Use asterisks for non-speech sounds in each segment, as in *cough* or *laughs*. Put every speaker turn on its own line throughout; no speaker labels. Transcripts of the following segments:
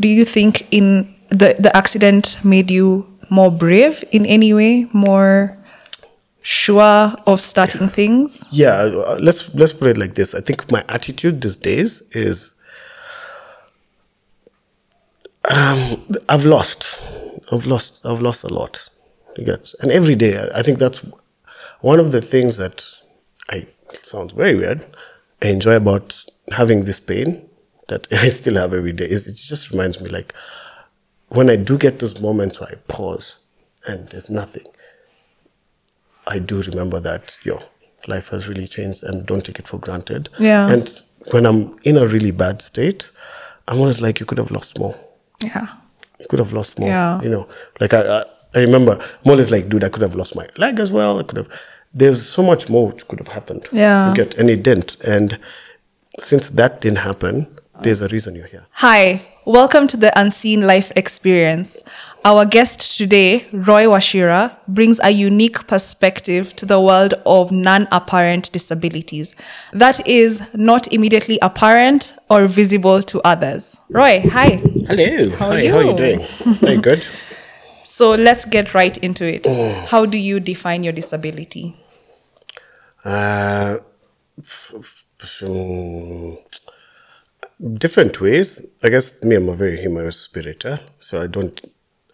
do you think in the the accident made you more brave in any way, more sure of starting things?
yeah uh, let's let's put it like this i think my attitude these days is um, i've lost i've lost i've lost a lot you get and every day I- i think that's one of the things that i it sounds very weird i enjoy about having this pain that *laughs* i still have every day is it just reminds me like when i do get those moments where i pause and there's nothing I do remember that yo, life has really changed and don't take it for granted.
Yeah.
And when I'm in a really bad state, I'm always like, you could have lost more.
Yeah.
You could have lost more.
Yeah.
You know, like I, I, I remember, I'm always like, dude, I could have lost my leg as well. I could have. There's so much more which could have happened.
Yeah.
You get, and it didn't. And since that didn't happen, there's a reason you're here.
Hi, welcome to the Unseen Life Experience. Our guest today, Roy Washira, brings a unique perspective to the world of non apparent disabilities that is not immediately apparent or visible to others. Roy, hi.
Hello.
How are
Hi, how are
you?
you doing? Very good.
So let's get right into it. How do you define your disability?
Uh, f- f- mm, different ways. I guess me, I'm a very humorous spirit, eh? so I don't.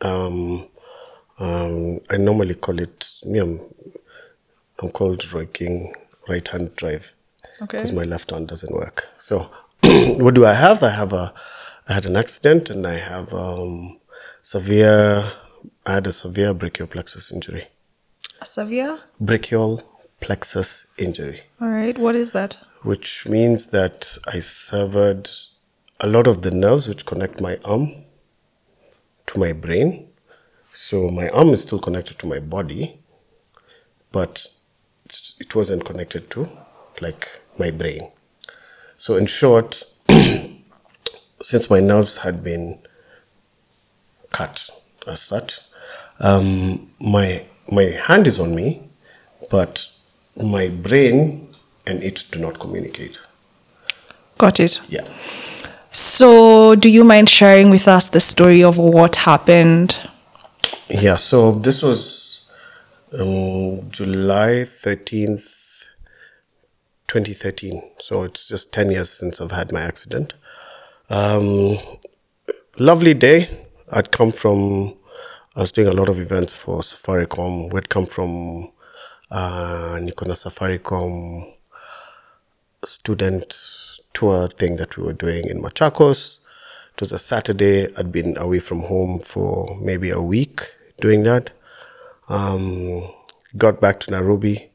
Um, um, I normally call it me. I'm, I'm called Roy King right hand drive
Okay.
because my left hand doesn't work. So *clears throat* what do I have? I have a. I had an accident and I have um, severe. I had a severe brachial plexus injury.
Savia?
Brachial plexus injury
All right, what is that?
which means that I severed a lot of the nerves which connect my arm to my brain. So my arm is still connected to my body, but it wasn't connected to like my brain. So in short, *clears throat* since my nerves had been cut as such, um, my my hand is on me, but my brain and it do not communicate.
Got it.
Yeah.
So, do you mind sharing with us the story of what happened?
Yeah, so this was um, July 13th, 2013. So it's just 10 years since I've had my accident. Um, lovely day. I'd come from, I was doing a lot of events for Safaricom. We'd come from uh, Nikona Safaricom student tour thing that we were doing in Machakos. It was a Saturday. I'd been away from home for maybe a week doing that. Um, got back to Nairobi.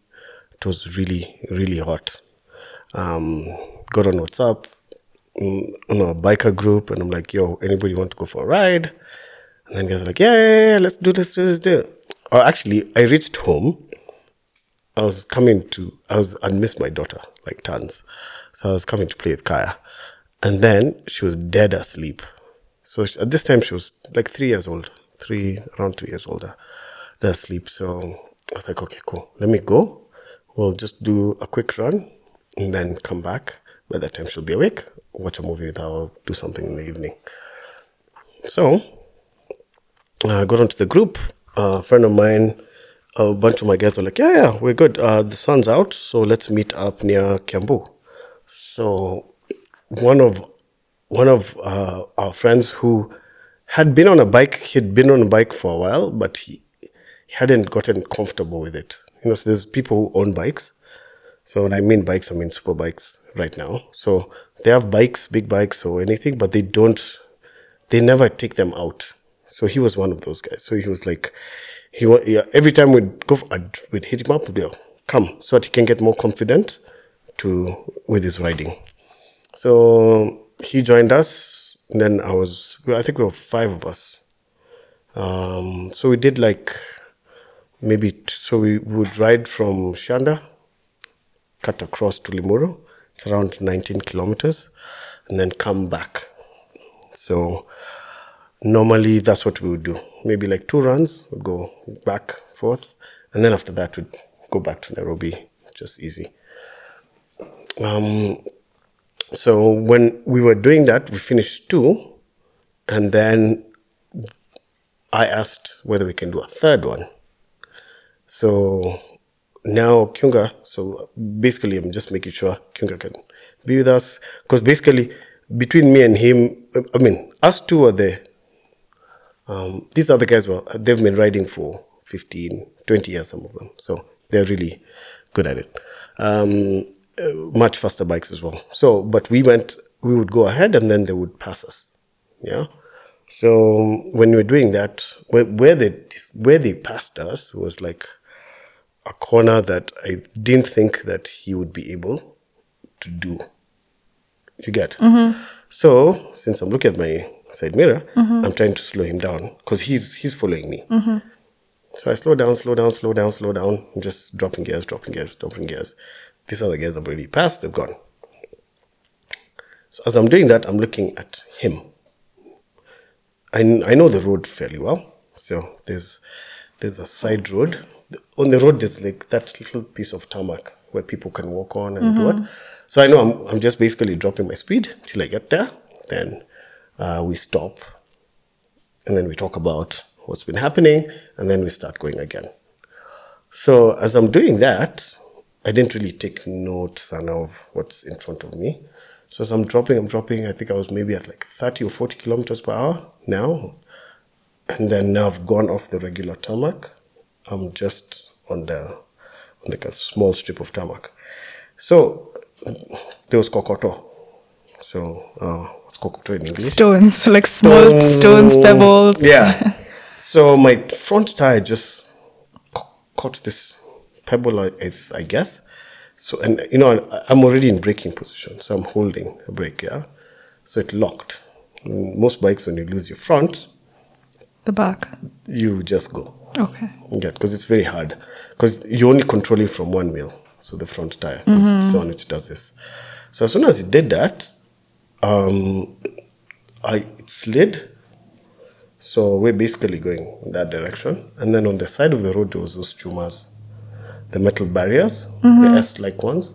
It was really, really hot. Um, got on WhatsApp mm, on a biker group, and I'm like, yo, anybody want to go for a ride? And then guys are like, yeah, yeah, yeah, let's do this, do this, do it. Or actually, I reached home I was coming to, I was, I missed my daughter like tons. So I was coming to play with Kaya. And then she was dead asleep. So she, at this time, she was like three years old, three, around three years older, dead asleep. So I was like, okay, cool. Let me go. We'll just do a quick run and then come back. By that time, she'll be awake, watch a movie with her, or do something in the evening. So uh, got onto the group. a friend of mine, a bunch of my guys were like, "Yeah, yeah, we're good. Uh, the sun's out, so let's meet up near Kiambu." So one of one of uh, our friends who had been on a bike, he'd been on a bike for a while, but he, he hadn't gotten comfortable with it. You know, so there's people who own bikes. So when I mean bikes, I mean super bikes right now. So they have bikes, big bikes or anything, but they don't they never take them out. So he was one of those guys. So he was like, he wa- yeah, every time we'd go, for, I'd, we'd hit him up, we'd be like, come, so that he can get more confident to with his riding. So he joined us. And then I was, well, I think we were five of us. Um, so we did like maybe, t- so we would ride from Shanda, cut across to Limuru, around 19 kilometers, and then come back. So normally that's what we would do. Maybe like two runs, we'd go back, forth, and then after that we'd go back to Nairobi, just easy. Um, so when we were doing that, we finished two, And then I asked whether we can do a third one. So now Kyunga, so basically I'm just making sure Kyunga can be with us because basically between me and him, I mean, us two are the, um, these other guys were, they've been riding for 15, 20 years, some of them. So they're really good at it. Um, uh, much faster bikes as well. So, but we went, we would go ahead and then they would pass us. Yeah. So um, when we were doing that, where, where they where they passed us was like a corner that I didn't think that he would be able to do. You get. So since I'm looking at my side mirror, I'm trying to slow him down because he's he's following me. So I slow down, slow down, slow down, slow down. I'm just dropping gears, dropping gears, dropping gears. These other gears have already passed. They've gone. So as I'm doing that, I'm looking at him. I, kn- I know the road fairly well. So there's there's a side road. On the road, there's like that little piece of tarmac where people can walk on and do what. So I know I'm, I'm just basically dropping my speed till I get there. Then uh, we stop and then we talk about what's been happening and then we start going again. So as I'm doing that, I didn't really take note sana of what's in front of me. So as I'm dropping, I'm dropping. I think I was maybe at like 30 or 40 kilometers per hour now. And then now I've gone off the regular tarmac. I'm just on the on like a small strip of tarmac. So there was Kokoto. So uh, what's Kokoto in English?
Stones, like small stones, pebbles. *laughs*
Oh. Yeah. so my front tire just ca- caught this pebble, I, I, I guess. So, and you know, I- I'm already in braking position. So I'm holding a brake, yeah. So it locked. Mm, Most bikes, when you lose your front,
The back.
you just go.
Okay.
Yeah, because it's very hard. Because you only control it from one wheel, so the front tire. 'cause It's the one which does this. So as soon as it did that, um, I it slid. So we're basically going in that direction. And then on the side of the road, there was those chumas, the metal barriers, the S-like ones.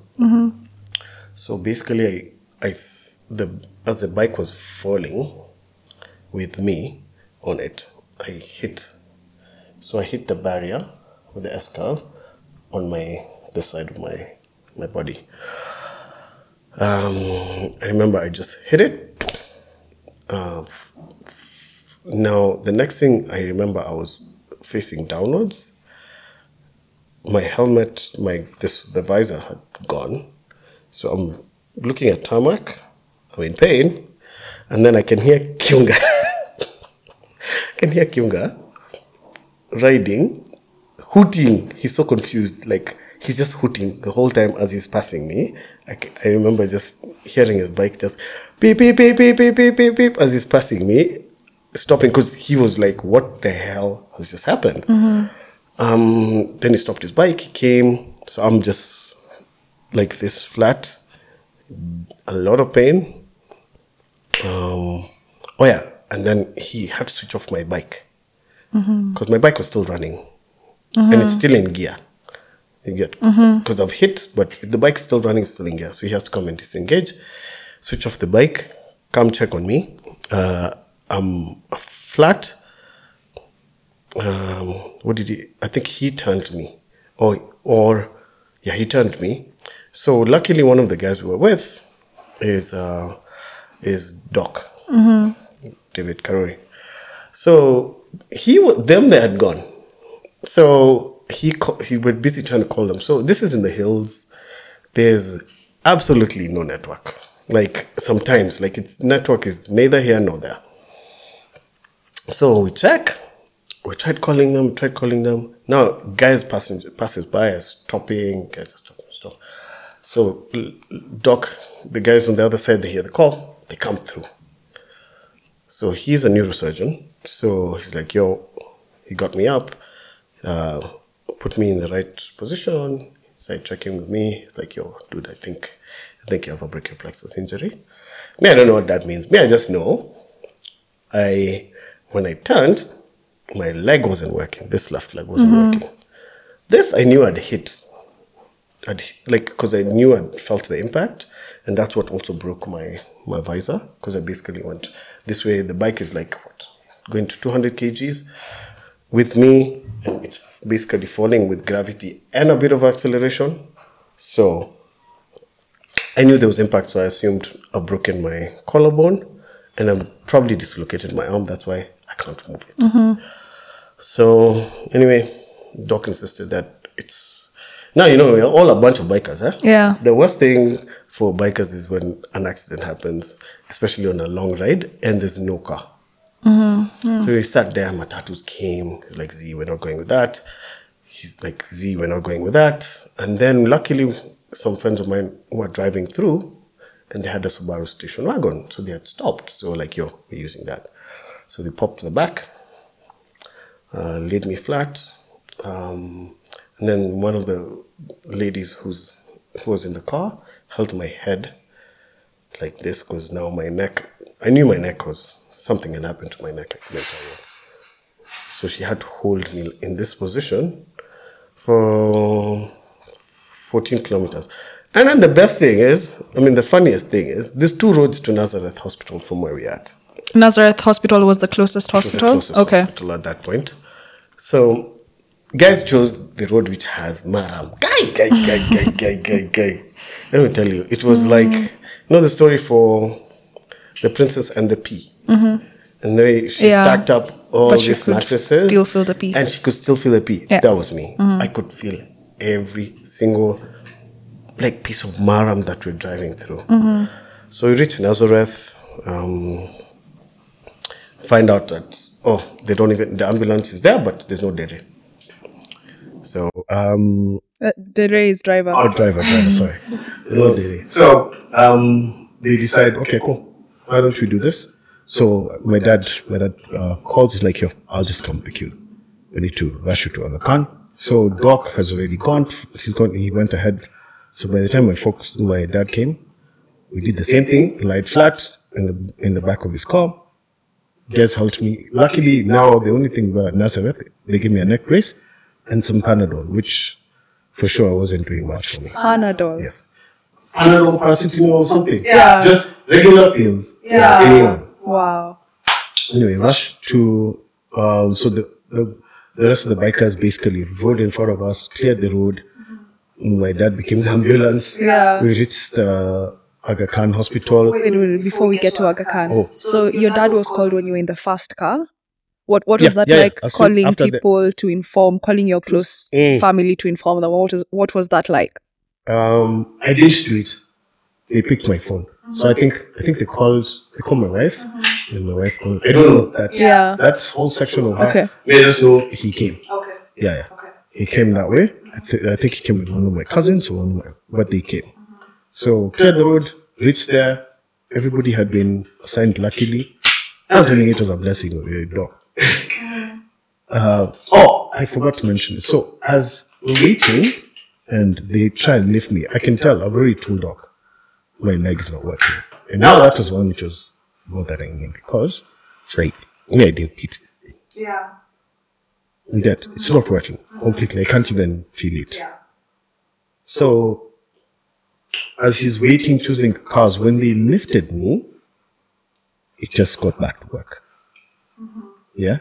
So basically, I, I th- the as the bike was falling with me on it, I hit. So I hit the barrier with the S curve on my this side of my my body. Um, I remember I just hit it. Uh, f- f- now the next thing I remember, I was facing downwards my helmet, my this the visor had gone, so I'm looking at tarmac. I'm in pain, and then I can hear Kiunga. I *laughs* can hear Kiunga riding, hooting. He's so confused, like he's just hooting the whole time as he's passing me. I, c- I remember just hearing his bike just beep beep beep beep beep beep beep, beep as he's passing me, stopping because he was like, "What the hell has just happened?" Um, then he stopped his bike. He came. So I'm just like this flat, a lot of pain. Um, oh yeah, and then he had to switch off my bike because my bike was still running and it's still in gear. You get because I've hit, but the bike's still running, still in gear. So he has to come and disengage, switch off the bike, come check on me. Uh, I'm flat um, what did he? I think he turned me, or or yeah, he turned me. So luckily, one of the guys we were with is uh, is Doc David Carey. So he wa- them they had gone. So he ca- he was busy trying to call them. So this is in the hills. There's absolutely no network. Like sometimes, like it's network is neither here nor there. So we check. We tried calling them, tried calling them. Now, guys passing passes by, stopping, guys are stopping, stop. So, l- l- doc, the guys on the other side, they hear the call, they come through. So he's a neurosurgeon. So he's like, yo, he got me up, uh, put me in the right position. He's like checking with me. He's like, yo, dude, I think, I think you have a brachial plexus injury. Me, I don't know what that means. Me, I just know I when I turned, my leg wasn't working. This left leg wasn't working. This I knew I'd hit. I'd hit- like because I knew I'd felt the impact,
and that's what also broke my my visor because I basically went this way. The bike is like what going to 200 kgs with me, and it's basically falling with gravity and a bit of acceleration. So I knew there was impact, so I assumed I've broken my collarbone and I'm probably dislocated my arm. That's why I can't move it. So anyway, Doc insisted that it's now you know we're all a bunch of bikers, eh?
Yeah.
The worst thing for bikers is when an accident happens, especially on a long ride, and there's no car. So we sat there, my tattoos came. He's like, Z, we're not going with that. He's like, Z, we're not going with that. And then luckily, some friends of mine were driving through and they had a Subaru station wagon. So they had stopped. So we're like, yo, we're using that. So they popped to the back, uh, laid me flat. Um, and then one of the ladies who's, who was in the car held my head like this because now my neck, I knew my neck was something had happened to my neck. I couldn't tell what. So she had to hold me in this position for 14 kilometers. And then the best thing is, I mean, the funniest thing is, there's two roads to Nazareth Hospital from where we're at.
Nazareth Hospital was the closest
It was the
hospital.
closest
okay.
hospital at that point. So, guys chose the road which has Maram. Guy, guy, guy, guy, guy, guy, guy. Let me tell you, it was
Mm-hmm.
like you know the story for the princess and the pea, and they
Mm-hmm.
she
Yeah.
stacked up all
But she
these
could
mattresses,
still feel the pea.
and she could still feel the pea.
Yeah. Mm-hmm.
That was me. I could feel every single like piece of Maram that we're driving through.
Mm-hmm.
So we reached Nazareth. Um, find out that oh they don't even the ambulance is there but there's no dairy so um
Uh, Dere is driver.
Oh, driver, driver, *laughs* sorry.
no dairy
So um, they decide, okay, cool. Why don't we do this? So my dad, my dad uh, calls he's like, yo, I'll just come pick you. We need to rush you to Alakan. So Doc has already gone. He's gone. He went ahead. So by the time my folks, my dad came, we did the same thing. Lied flat in the in the back of his car. Guys helped me. Luckily, now the only thing about Nazareth, they gave me a neck brace and some Panadol, which for sure wasn't doing much for me.
Panadol.
Yes. Analog paracetamol or something.
Yeah.
Just regular pills.
Yeah.
Anyone.
Wow.
Anyway, rush to, um, so the, the, the rest of the bikers basically rode in front of us, cleared the road. Mm, My dad became the ambulance.
Yeah.
We reached uh, Aga Khan Hospital.
Wait, wait, wait, before we get to Aga Khan.
Oh.
So your dad was called when you were in the fast car. What what was
Yeah,
that
yeah, yeah.
like?
As soon-
Calling
after the-
people to inform, calling your close
Mm.
family to inform them. What was what was that like?
Um, I didn't do it. They picked my phone. So
Mm-hmm.
I think I think they called they called my wife and my wife called I don't know that
Yeah.
that's whole section of her.
Okay.
We just know he came.
Okay.
Yeah, yeah. He came that way. I, th- I think he came with one of my cousins or one of my, but they came. So cleared the road, reached there. Everybody had been assigned luckily. I'm telling you, it was a blessing of your dog. uh, oh, I forgot to mention this. So as we're waiting and they try and lift me, I can tell I've already told Doc my leg is not working. And now that was one which was bothering me because it's like, me, I didn't eat.
Yeah.
And yet it's not working completely. I can't even feel it. So, as he's waiting, choosing cars, when they lifted me, it just got back to work. Yeah?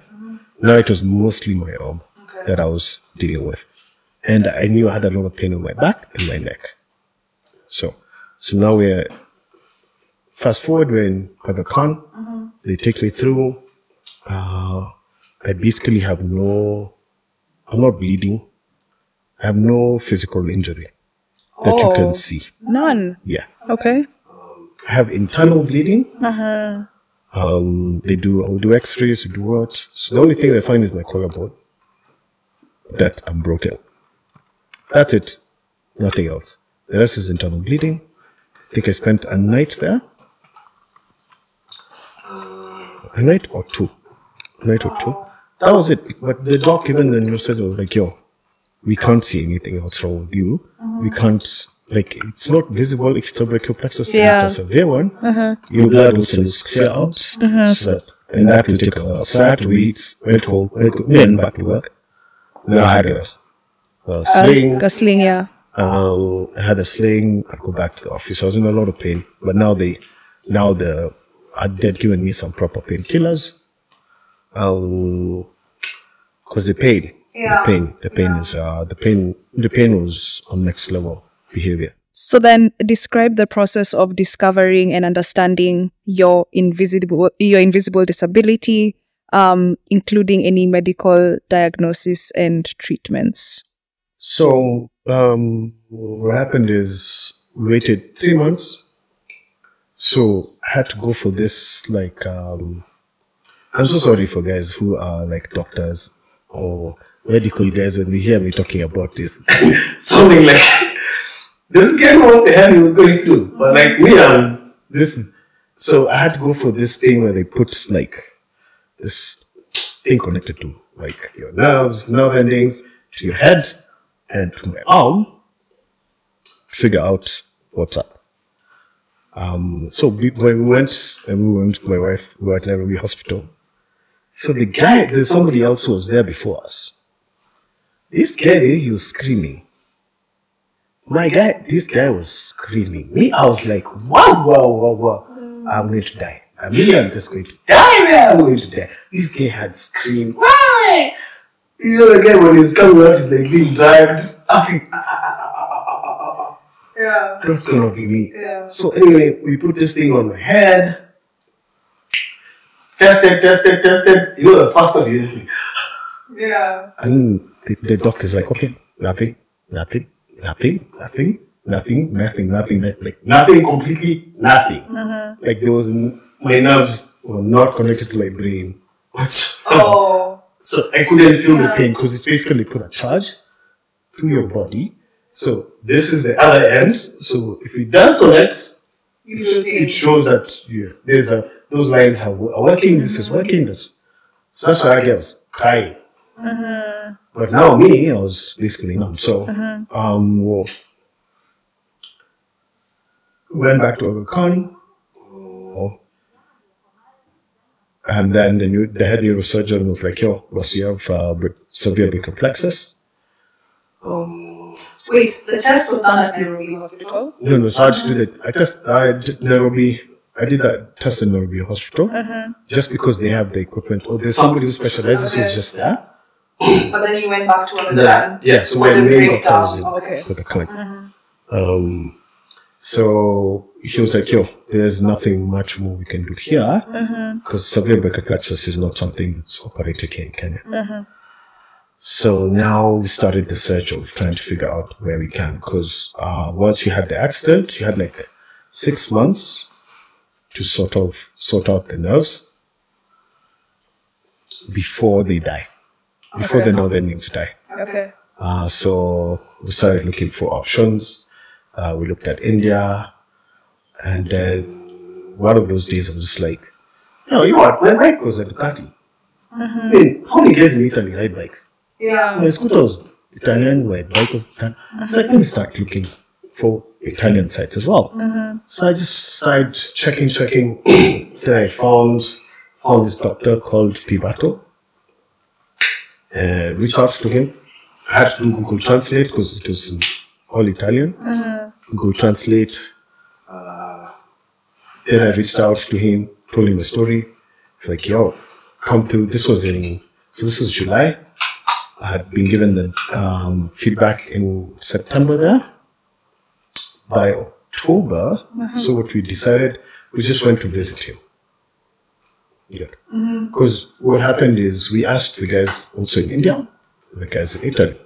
Now it was mostly my arm that I was dealing with. And I knew I had a lot of pain in my back and my neck. So, so now we're, fast forward, we're in Aga Khan. They take me through. Uh, I basically have no, I'm not bleeding. I have no physical injury that you
Oh.
can see.
None.
Yeah.
Okay.
I have internal bleeding. Um, they do, I'll do x-rays, do what. So the only thing they find is my collarbone that I'm broken. That's it. Nothing else. The rest is internal bleeding. I think I spent a night there. A night or two. A night or two. That was it. But the doc, even the said was like, yo, we can't see anything else wrong with you. We can't, like, it's not visible if it's a brachiopplexus,
Yeah.
yeah. it's a severe one. Your blood will just clear out. So, and that will take a while. So I had to wait, went
Oh,
home, went, went back to work. Then I had a, a sling,
Gasling, yeah.
Um, I had a sling. I go back to the office. I was in a lot of pain, but now they, now the, uh, they'd given me some proper painkillers. Um, cause the pain,
Yeah.
the pain, the pain is, uh, the pain, the pain was on next level behavior.
So then describe the process of discovering and understanding your invisible your invisible disability, um, including any medical diagnosis and treatments.
So um, what happened is waited three months. So I had to go for this like um, I'm so sorry for guys who are like doctors or medical guys when they hear me talking about this.
*laughs* something like this guy know what the hell he was going through. But like me, I'm this
So I had to go for this thing where they put like this thing connected to like your nerves, nerve endings, to your head and to my arm to figure out what's up. Um, so we, when we went, and we went, my wife, we were at Nairobi Hospital. So the guy, there's somebody else who was there before us. This guy, he was screaming. My guy, this guy was screaming. Me, I was like, wow, wow, wow, wow. I'm going to die. I mean, I'm just going to die there. I'm going to die. This guy had screamed. Why?
you know the guy when he's coming out he's like being dragged. I think
"Ah,
Yeah.
That's gonna be me.
Yeah.
So anyway, we put this thing on my head.
head tested, tested, tested. You know the first one is like,
Yeah.
And the, the doc is like, okay, nothing, nothing, nothing, nothing, nothing, nothing, nothing, nothing. Like,
nothing completely nothing.
like there was, n- my nerves were not connected to my brain.
so
*laughs*
Oh.
I
I couldn't
couldn't
feel the pain because it's basically put a charge through your body. So this is the other end. So if it does connect,
You
it,
should
it shows that yeah, there's a those lines have, are working. This is working. This. So that's why I get was crying. But now me, I was basically numb. So um, well, went back to Ogun County. Oh. And then the, new, the head neurosurgeon was like, yo, boss, you have uh, br- severe brachial plexus.
Wait, the test was done at Nairobi Hospital.
No, no, so I just did it. I test, I did Nairobi, I did that test in Nairobi Hospital just because they have the equipment. Or there's somebody who specializes who's just there.
But then you went back to Ogun
Yeah, yeah, so
for
when
the
we got
breakdown.
those in.
Okay. Mm-hmm.
for the clinic. Um, so he was like, yo, there's nothing much more we can do here
Mm-hmm.
because severe brachial plexus is not something that's operated here in Kenya.
Mm-hmm.
So now we started the search of trying to figure out where we can because uh, once you had the accident, you had like six months to sort of sort out the nerves before they die, before the northern nerves die.
Okay.
Uh, so we started looking for options. Uh, we looked at India, and then one of those days I was just like, "No, you know what? My bike was at the party. I mean, how many guys in Italy ride bikes?
Yeah.
My scooter was Italian, my bike was Italian. So I can start looking for Italian sites as well. So I just started checking, checking. *clears throat* then I found found this doctor called Pibato. Uh, reached out to him. I had to do Google Translate because it was in all Italian. Google Translate. Uh, then I reached out to him, told him the story. He's like, yo, come through. This was in, so this was July. I had been given the um, feedback in September there. By October, so what we decided, we just went to visit him. Yeah. Because what happened is we asked the guys also in India, the guys in Italy.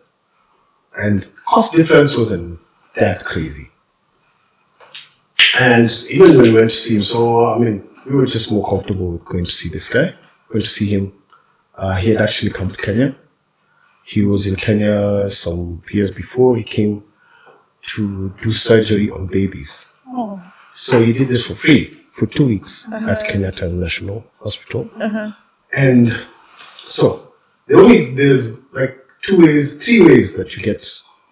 And cost difference wasn't that crazy. And even when we went to see him, so I mean, we were just more comfortable with going to see this guy. Went to see him. Uh, he had actually come to Kenya. He was in Kenya some years before. He came to do surgery on babies. So he did this for free for two weeks at Kenyatta National Hospital. And so the only there's like two ways, three ways that you get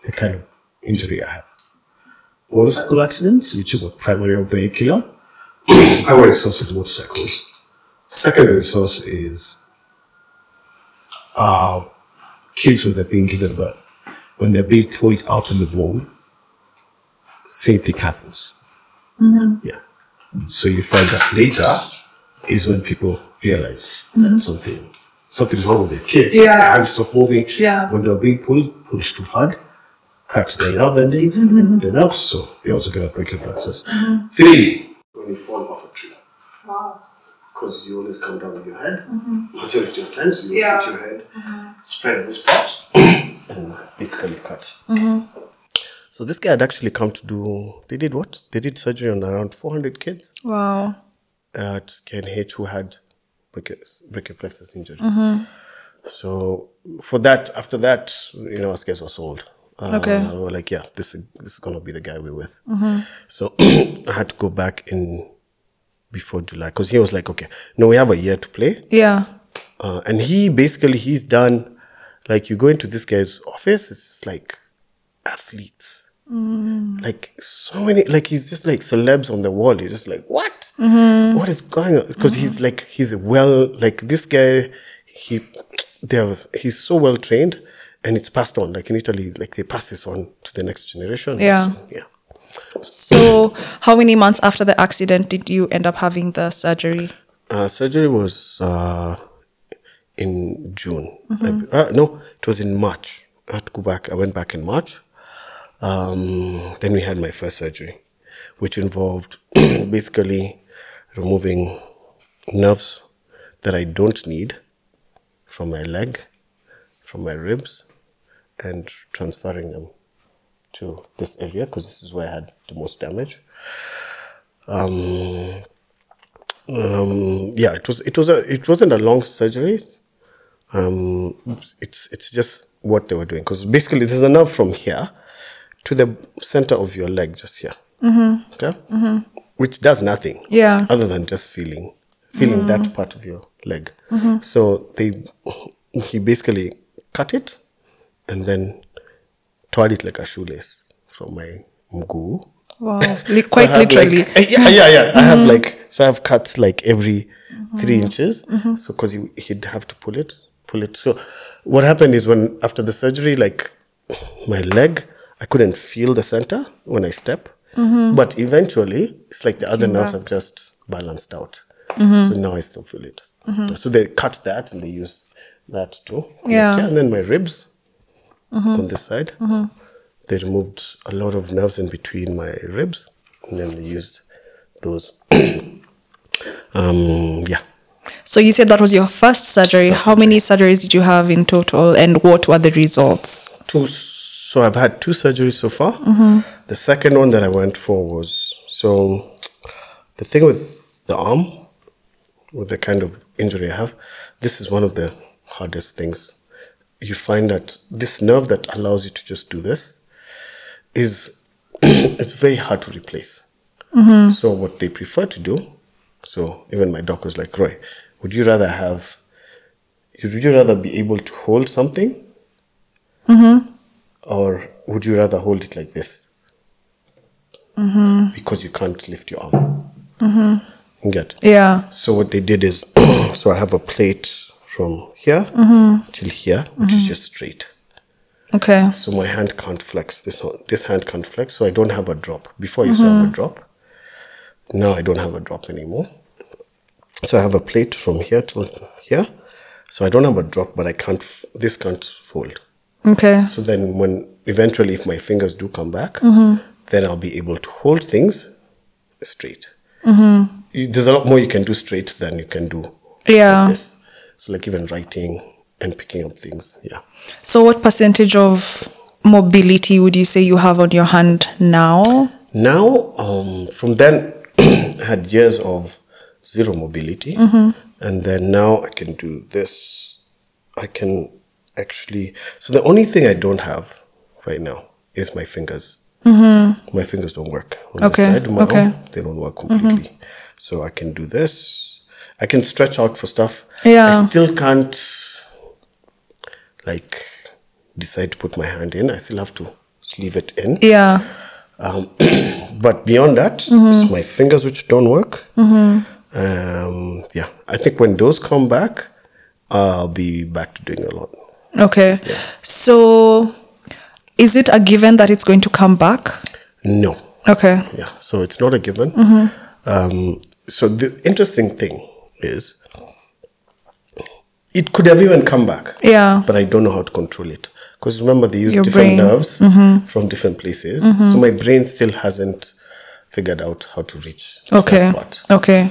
the kind of injury I have. Motorcycle accidents, which is a primary of vehicular. *clears throat* primary source is motorcycles. Secondary source is uh, kids when they're being given birth. When they're being thrown out in the womb same thing happens.
Mm-hmm.
Yeah. So you find that later is when people realize that something something's wrong with their kid.
Mm-hmm. Yeah.
Their habits of moving.
Yeah.
When they're being pulled, pushed too hard, perhaps they have their knees,
Mm-hmm.
they love so they're also gonna break your process. Three, when you fall off a tree.
Wow. Mm-hmm.
Because you always come down with your head. Majority of times you
Yeah.
put your head, spread this
*coughs*
part, and basically cut.
So this guy had actually come to do. They did what? They did surgery on around 400 kids
Wow.
at KNH who had brachio- brachioplastis injury. So for that, after that, you know, Vasquez was sold. Uh,
Okay.
We were like, yeah, this is, this is gonna be the guy we're with. So *clears throat* I had to go back in before July because he was like, okay, no, we have a year to play.
Yeah.
Uh, and he basically he's done like you go into this guy's office, it's just like athletes. Like so many like he's just like celebs on the wall. You're just like, what? What is going on? Because he's like he's well like this guy, he there was he's so well trained and it's passed on. Like in Italy, like they pass this on to the next generation.
Yeah.
Yeah.
So, how many months after the accident did you end up having the surgery?
Uh, surgery was uh, in June. I- uh, no, it was in March. I had to go back. I went back in March. Um, then we had my first surgery, which involved *clears throat* basically removing nerves that I don't need from my leg, from my ribs, and transferring them to this area because this is where I had the most damage. Um, um, yeah, it was it was a it wasn't a long surgery. Um, it's it's just what they were doing because basically there's a nerve from here to the center of your leg, just here. Mm-hmm. Okay, mm-hmm. which does nothing.
Yeah.
other than just feeling feeling that part of your leg. So they he basically cut it and then tied it like a shoelace from my mguu
Wow. Li-
so
*laughs*
I
quite
have,
literally. Mm-hmm.
Like, eh, *laughs* yeah, yeah, yeah. I have like so I have cuts like every three inches.
Mm-hmm.
So because he, he'd have to pull it, pull it. So what happened is when after the surgery, like my leg, I couldn't feel the center when I step.
Mm-hmm.
But eventually, it's like the other nerves have just balanced out.
Mm-hmm.
So now I still feel it. So they cut that and they use that too.
Yeah. Mm-hmm.
And then my ribs on this side. They removed a lot of nerves in between my ribs, and then they used those. *clears throat* um, yeah,
So, you said that was your first surgery. how many surgeries did you have in total, and what were the results?
two. So I've had two surgeries so far. The second one that I went for was so. The thing with the arm, with the kind of injury I have, this is one of the hardest things. You find that this nerve that allows you to just do this is *clears throat* it's very hard to replace. So what they prefer to do, so even my doc was like, Roy, would you rather have, would you rather be able to hold something, or would you rather hold it like this? Because you can't lift your arm. You Get.
Yeah.
So what they did is, *clears throat* so I have a plate from here till here, which is just straight.
Okay.
So my hand can't flex. This one, this hand can't flex. So I don't have a drop. Before I used to have a drop. Now I don't have a drop anymore. So I have a plate from here till here. So I don't have a drop, but I can't. F- this can't fold.
Okay.
So then, when eventually, if my fingers do come back, then I'll be able to hold things straight. You- There's a lot more you can do straight than you can do
Yeah.
like this. So like even writing and picking up things. Yeah.
So, what percentage of mobility would you say you have on your hand now?
Now, um, from then, *clears throat* I had years of zero mobility,
Mm-hmm.
and then now I can do this. I can actually. So the only thing I don't have right now is my fingers. Mm-hmm. My fingers don't work on
Okay,
this side. My
okay. Mm-hmm.
arm, they don't work completely. So I can do this. I can stretch out for stuff.
Yeah.
I still can't like decide to put my hand in. I still have to sleeve it in.
Yeah.
Um, *clears throat* but beyond that, it's
Mm-hmm.
my fingers which don't work. Um, yeah, I think when those come back, I'll be back to doing a lot.
Okay. So, is it a given that it's going to come back?
No,
Okay.
Yeah, so it's not a given.
Mm-hmm.
Um, so the interesting thing is, it could have even come back.
Yeah.
But I don't know how to control it because remember they use
Your
different
brain. Mm-hmm.
nerves from different places. So my brain still hasn't figured out how to reach
Okay.
that part
Okay.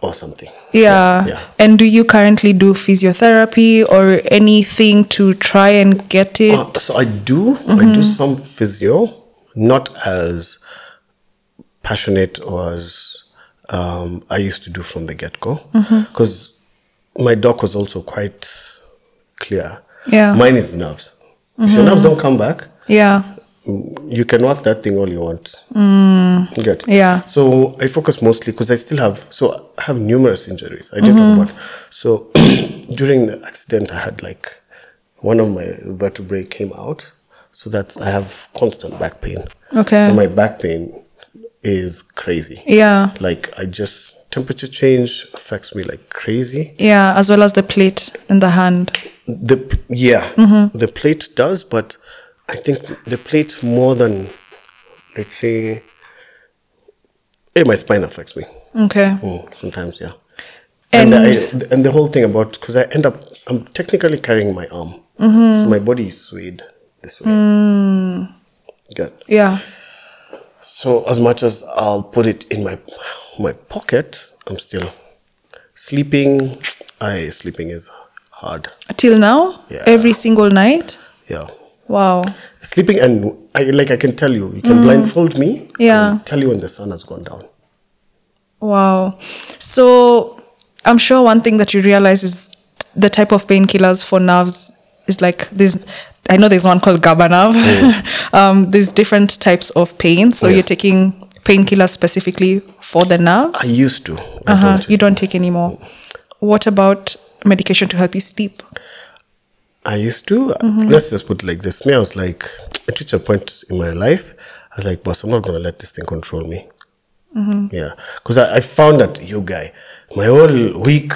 or something.
Yeah.
Yeah.
And do you currently do physiotherapy or anything to try and get it? Mm-hmm.
Uh, so I do, I do some physio, not as passionate or as um, I used to do from the get go,
Mm-hmm.
because my doc was also quite clear.
Yeah. Mm-hmm.
mine is nerves. If your nerves don't come back,
yeah.
you can work that thing all you want. Good.
Mm. Yeah.
So I focus mostly because I still have so I have numerous injuries. I did
Mm-hmm.
talk about. So *clears throat* during the accident, I had like one of my vertebrae came out, so that's I have constant back pain.
Okay.
So my back pain is crazy.
Yeah.
Like I just temperature change affects me like crazy.
Yeah. As well as the plate in the hand.
The p- yeah,
Mm-hmm.
the plate does, but I think the plate more than let's say. eh, my spine affects me.
Okay.
Mm, sometimes, yeah. And and, I, and the whole thing about because I end up I'm technically carrying my arm,
Mm-hmm.
so my body is swayed this way.
Mm.
Good.
Yeah.
So as much as I'll put it in my my pocket, I'm still sleeping. I sleeping is hard.
Till now?
Yeah.
Every single night?
Yeah.
Wow.
sleeping and I, like I can tell you, you can blindfold me.
Mm-hmm. Yeah.
And tell you when the sun has gone down.
Wow. So I'm sure one thing that you realize is the type of painkillers for nerves is like this. I know there's one called Gabanerve. *laughs* um, there's different types of pain. So
Oh. Yeah.
you're taking painkillers specifically for the nerve.
I used to. I
Uh-huh.
don't.
you don't take anymore.
Oh.
What about medication to help you sleep?
I used to. Let's just put it like this. Me, I was like, I reached a point in my life. I was like, boss, I'm not gonna let this thing control me. Yeah, because I, I found that you guy, my whole week,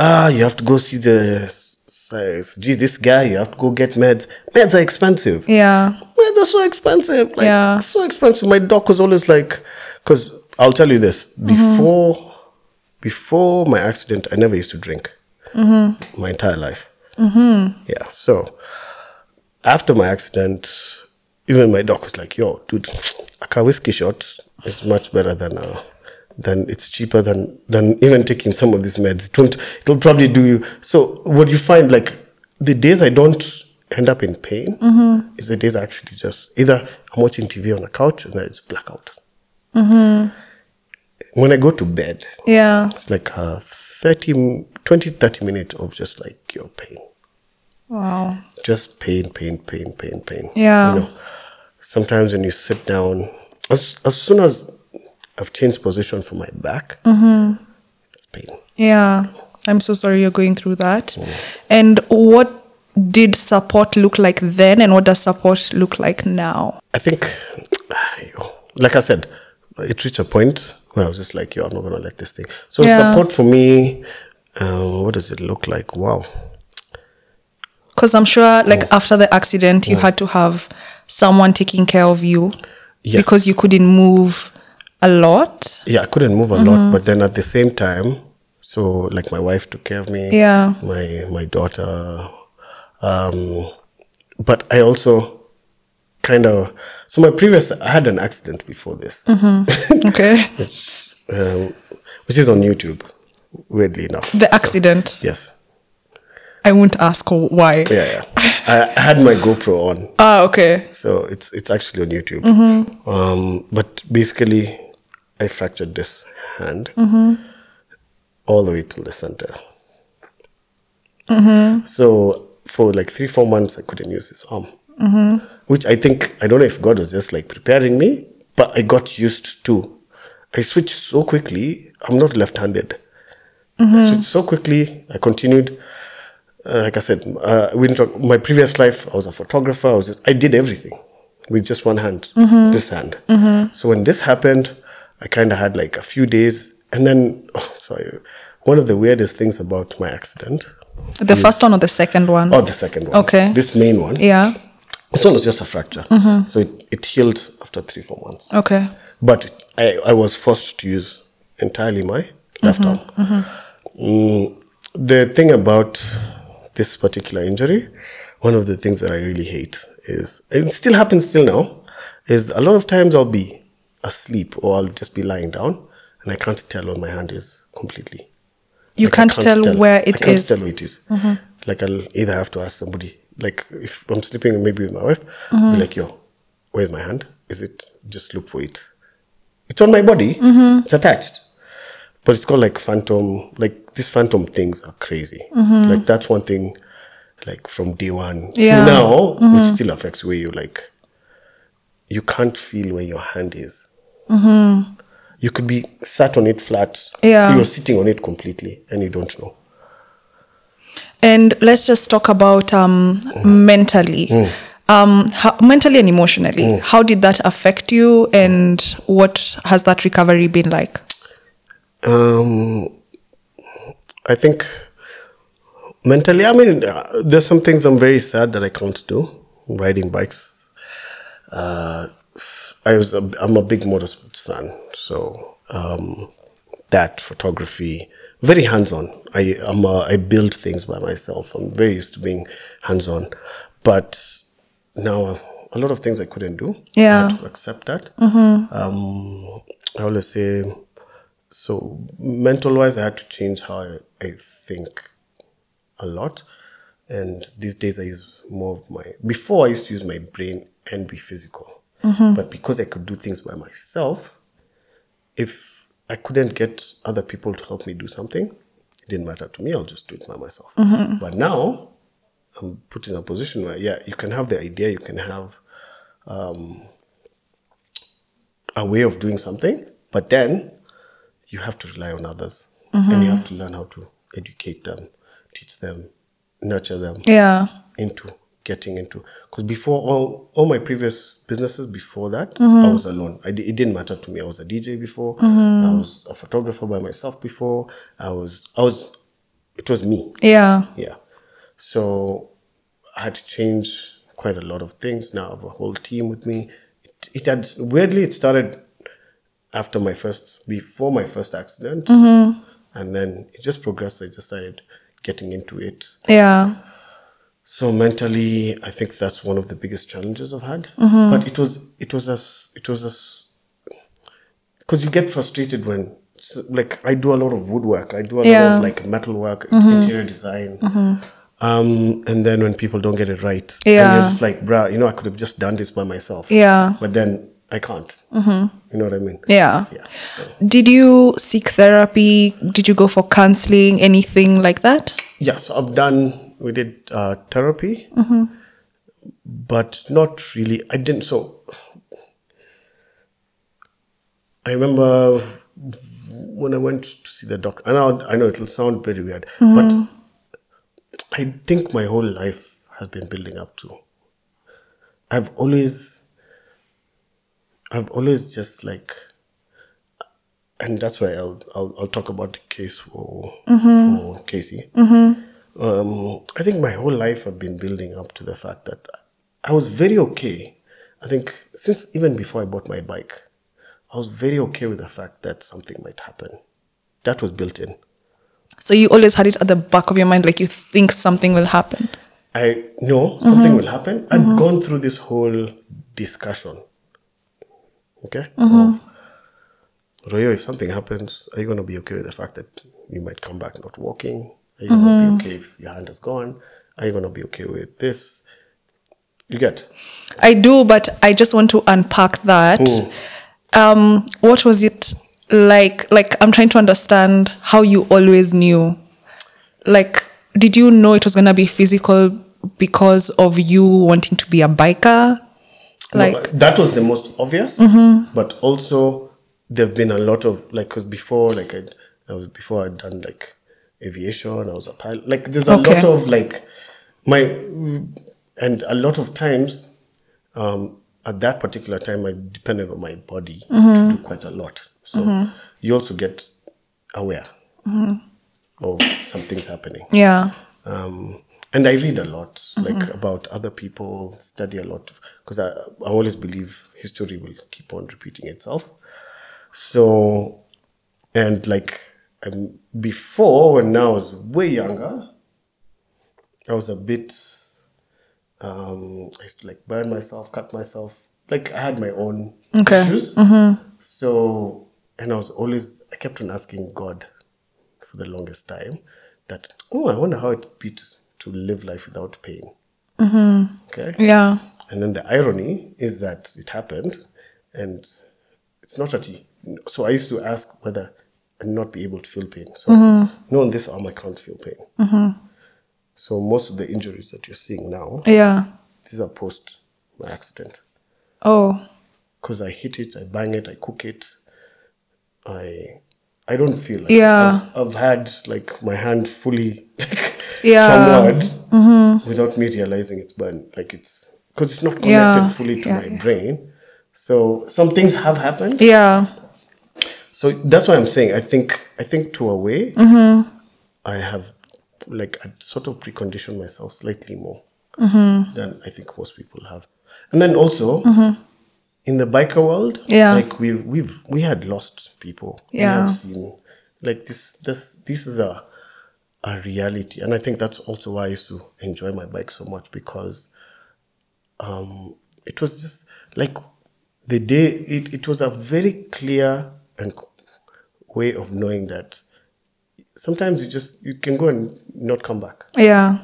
ah, you have to go see the, s- s- gee, this guy, you have to go get meds. Meds are expensive.
Yeah.
Man, they're so expensive. Like,
Yeah.
so expensive. My doc was always like, because I'll tell you this before, before my accident, I never used to drink my entire life. Yeah. So after my accident, even my doc was like, "Yo, dude, a whiskey shot is much better than a." Then it's cheaper than than even taking some of these meds. It won't. It'll probably do you. So what you find, like the days I don't end up in pain, is the days I actually just either I'm watching TV on the couch and then it's blackout. When I go to bed,
Yeah.
it's like uh, a 30, 20, 30 minutes of just like your pain
Wow.
just pain, pain, pain, pain, pain.
Yeah.
You know, sometimes when you sit down, as, as soon as I've changed position for my back,
Mm-hmm.
it's pain.
Yeah. I'm so sorry you're going through that. And what did support look like then and what does support look like now?
I think, *sighs* yo, like I said, it reached a point where I was just like, yo, I'm not going to let this thing. So
Yeah.
support for me, um, what does it look like? Wow.
Because I'm sure, like,
Oh.
after the accident, you had to have someone taking care of you
Yes.
because you couldn't move a lot.
Yeah, I couldn't move a
Mm-hmm.
lot, but then at the same time, so like my wife took care of me.
Yeah.
My my daughter. Um, but I also kind of so my previous I had an accident before this,
Mm-hmm. Okay.
which, um, which is on YouTube, weirdly enough.
the accident.
Yes.
I won't ask why.
Yeah, yeah. I, I had my GoPro on.
Ah, okay.
so it's it's actually on YouTube. Um, but basically, I fractured this hand all the way to the center. So for like three four months, I couldn't use this arm, which I think I don't know if God was just like preparing me, but I got used to. I switched so quickly. I'm not left-handed. I switched so quickly. I continued. Uh, like I said, uh, we didn't talk, my previous life, I was a photographer. I was just, I did everything with just one hand, this hand. So when this happened, I kind of had like a few days, and then *laughs* oh, sorry, one of the weirdest things about my accident,
The first one or the second one?
Oh. or the second one,
Okay.
this main one,
Yeah.
So it was just a fracture. So it, it healed after three, four months.
Okay.
But I, I was forced to use entirely my left arm. Mm, the thing about this particular injury, one of the things that I really hate is, and it still happens till now, is a lot of times I'll be asleep or I'll just be lying down and I can't tell where my hand is completely.
You
Like, I
can't, tell, where
I
it
can't
is. Mm-hmm.
tell where it is. Like I'll either have to ask somebody. Like if I'm sleeping maybe with my wife,
Mm-hmm.
I'll be like, "Yo, where's my hand? Is it? Just look for it. It's on my body.
Mm-hmm.
It's attached." But it's called like phantom. Like these phantom things are crazy. Like that's one thing. Like from day one
Mm-hmm. Yeah. Mm-hmm.
till now, which still affects where you like. You can't feel where your hand is you could be sat on it flat.
Mm-hmm. Yeah.
You're sitting on it completely and you don't know.
And let's just talk about um, mentally. Um, how, mentally and emotionally, how did that affect you, and what has that recovery been like?
Um, I think mentally, I mean, uh, there's some things I'm very sad that I can't do. Riding bikes. Uh, I was a, I'm a big motorsports fan, so um, that photography, very hands-on. I I'm a, I build things by myself. I'm very used to being hands-on, but now a lot of things I couldn't do. I
Yeah.
had to accept that. Um, I always say so mental wise i had to change how I, I think a lot and these days i use more of my before i used to use my brain and be physical but because i could do things by myself if i couldn't get other people to help me do something it didn't matter to me i'll just do it by myself but now i'm put in a position where yeah you can have the idea you can have um, a way of doing something, but then you have to rely on others and you have to learn how to educate them, teach them, nurture them
Yeah.
into getting into. Because before all, all my previous businesses before that, I was alone. I di- it didn't matter to me. I was a DJ before. I was a photographer by myself before. I was, I was, it was me.
Yeah.
Yeah. So I had to change quite a lot of things. Now I have a whole team with me. It, it had weirdly it started after my first before my first accident, and then it just progressed. I just started getting into it.
Yeah.
So mentally, I think that's one of the biggest challenges I've had.
Mm-hmm.
But it was it was as it was as because you get frustrated when s- like I do a lot of woodwork, I do a lot
Yeah. Mm-hmm.
of like metal work, interior design. Um, and then when people don't get it right, and
Yeah.
you're just like, bruh, you know, I could have just done this by myself.
Yeah.
But then I can't. Mm-hmm. You know what I mean?
Yeah.
Yeah. So.
Did you seek therapy? Did you go for counseling? Anything like that?
Yeah, so I've done, we did uh, therapy, but not really. I didn't, so I remember when I went to see the doctor, and I, I know it'll sound very weird, but I think my whole life has been building up to. I've always, I've always just like, and that's why I'll I'll, I'll talk about the case for for Casey. Um, I think my whole life I've been building up to the fact that I was very okay. I think since even before I bought my bike, I was very okay with the fact that something might happen. That was built in.
So you always had it at the back of your mind, like you think something will happen.
I know something will happen. I've gone through this whole discussion. Okay? Of, Royo, if something happens, are you going to be okay with the fact that you might come back not walking? Are you going to be okay if your hand is gone? Are you going to be okay with this? You get?
I do, but I just want to unpack that. Um, what was it like? Like, I'm trying to understand how you always knew. Like, did you know it was going to be physical because of you wanting to be a biker?
No,
Like,
that was the most obvious but also there've been a lot of like because before like I, I was before i'd done like aviation i was a pilot like there's a
Okay.
lot of like my and a lot of times um at that particular time i depended on my body to do quite a lot so you also get aware of some things happening
yeah,
um, and I read a lot, like about other people, study a lot, because I, I always believe history will keep on repeating itself. So, and like um, before, when I was way younger, I was a bit, um, I used to like burn myself, cut myself. Like I had my own
Okay. Mm-hmm.
issues. So, and I was always, I kept on asking God for the longest time that, oh, I wonder how it'd be to, to live life without pain. Okay.
Mm-hmm. Yeah.
And then the irony is that it happened, and it's not that he. So I used to ask whether I'd not be able to feel pain. So no, on this arm I can't feel pain. So most of the injuries that you're seeing now,
Yeah.
these are post my accident
Oh.
because I hit it, I bang it, I cook it. I I don't feel like
Yeah.
I've, I've had like my hand fully like
Yeah. Mm-hmm.
somewhat without me realizing it's burned. Like it's because it's not connected
Yeah,
fully to
yeah,
my
yeah.
brain. So some things have happened.
Yeah.
So that's why I'm saying I think I think to a way I have like I sort of preconditioned myself slightly more than I think most people have, and then also in the biker world,
Yeah.
like we we've we had lost people. We
Yeah.
have seen like this this this is a a reality, and I think that's also why I used to enjoy my bike so much because um, it was just like the day it, it was a very clear and c- way of knowing that sometimes you just you can go and not come back
Yeah.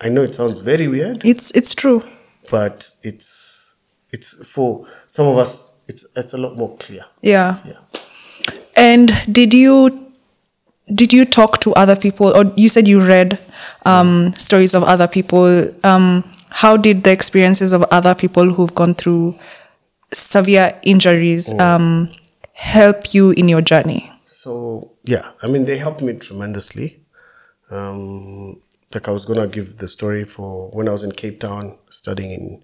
i know it sounds very weird
It's it's true.
but it's it's for some of us it's it's a lot more clear
Yeah.
yeah
And did you did you talk to other people, or you said you read um, stories of other people? Um, how did the experiences of other people who've gone through severe injuries
Oh.
um, help you in your journey?
so yeah i mean they helped me tremendously um like i was gonna give the story for when i was in cape town studying in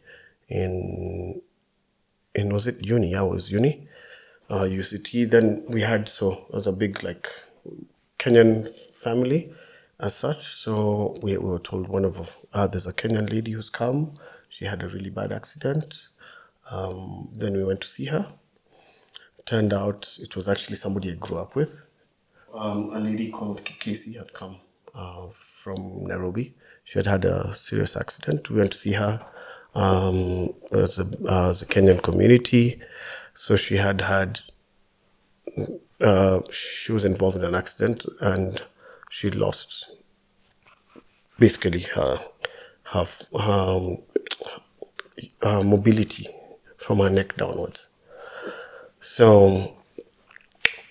in in was it uni yeah it was uni uh uct then we had so it was a big like kenyan family as such so we were told one of uh, there's a kenyan lady who's come she had a really bad accident um then we went to see her turned out it was actually somebody I grew up with. Um, a lady called Kikesi had come uh, from Nairobi. She had had a serious accident. We went to see her. Um, there's a, uh, there's a Kenyan community. So she had had, uh, she was involved in an accident and she lost basically her, her, f- um, her mobility from her neck downwards. So,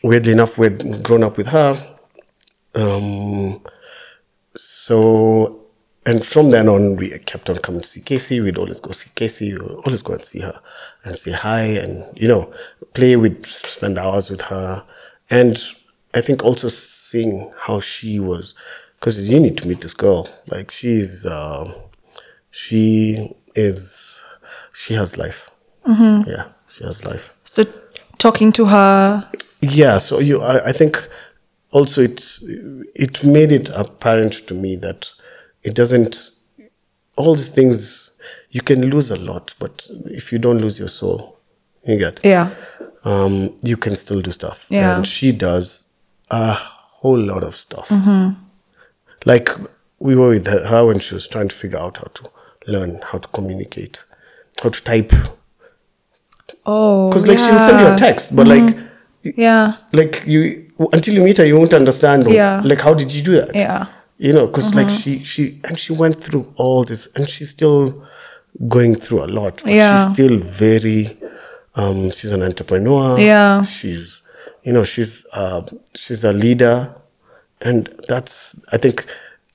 weirdly enough, we'd grown up with her. Um, so, and from then on, we kept on coming to see Casey. We'd always go see Casey. We'd always go and see her and say hi and, you know, play. We'd spend hours with her. And I think also seeing how she was, because you need to meet this girl. Like, she's, uh, she is, she has life. Yeah, she has life.
So talking to her,
Yeah, so you, I, I think also it's it made it apparent to me that it doesn't all these things you can lose a lot, but if you don't lose your soul, you get
yeah,
um, you can still do stuff.
Yeah.
And she does a whole lot of stuff.
Mm-hmm.
Like we were with her her when she was trying to figure out how to learn how to communicate, how to type.
oh,
Because like she'll send you a text, but like
Mm-hmm. yeah,
like you until you meet her you won't understand
Yeah.
like how did you do that
yeah, Mm-hmm.
you know because like she she and she went through all this and she's still going through a lot but
Yeah.
she's still very um she's an entrepreneur
Yeah.
she's you know she's uh she's a leader and that's i think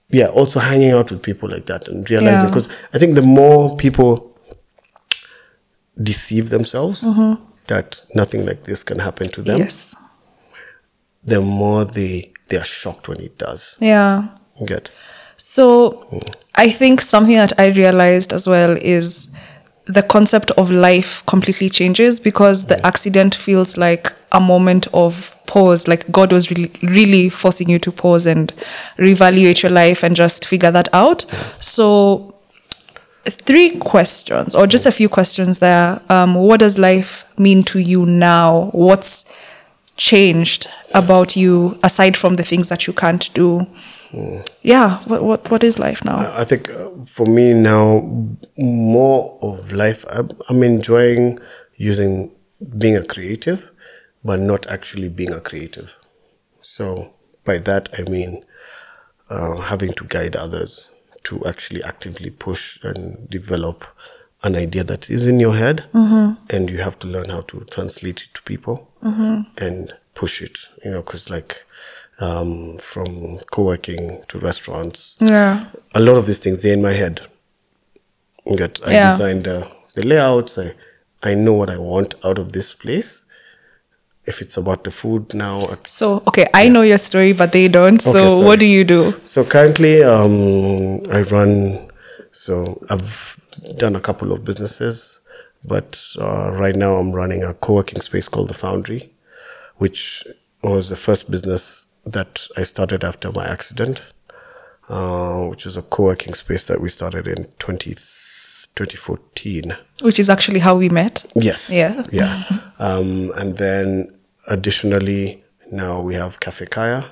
yeah also hanging out with people like that and realizing
Yeah.
because i think the more people deceive themselves that nothing like this can happen to them
Mm-hmm. yes,
the more they they are shocked when it does
yeah.
You get
So I think something that I realized as well is the concept of life completely changes because the accident feels like a moment of pause like god was really really forcing you to pause and reevaluate your life and just figure that out so three questions or just a few questions there um, what does life mean to you now what's changed about you aside from the things that you can't do
Hmm.
yeah what, what what is life now
I think uh, for me now, more of life, I'm, I'm enjoying using being a creative, but not actually being a creative. So by that, I mean uh, having to guide others to actually actively push and develop an idea that is in your head, and you have to learn how to translate it to people and push it, you know, because like um, from co working to restaurants
yeah
a lot of these things they're in my head. You Get, I
Yeah.
designed uh, the layouts. I, I know what I want out of this place. If it's about the food now, at
so okay i know your story but they don't so
Okay, sorry.
what do you do
so currently, um, I run. So I've done a couple of businesses, but uh, right now I'm running a co-working space called the Foundry, which was the first business that I started after my accident, uh, which was a co-working space that we started in 20, 2014.
which is actually how we met
Yes.
Yeah.
Yeah. Um, and then additionally, now we have Cafe Kaya.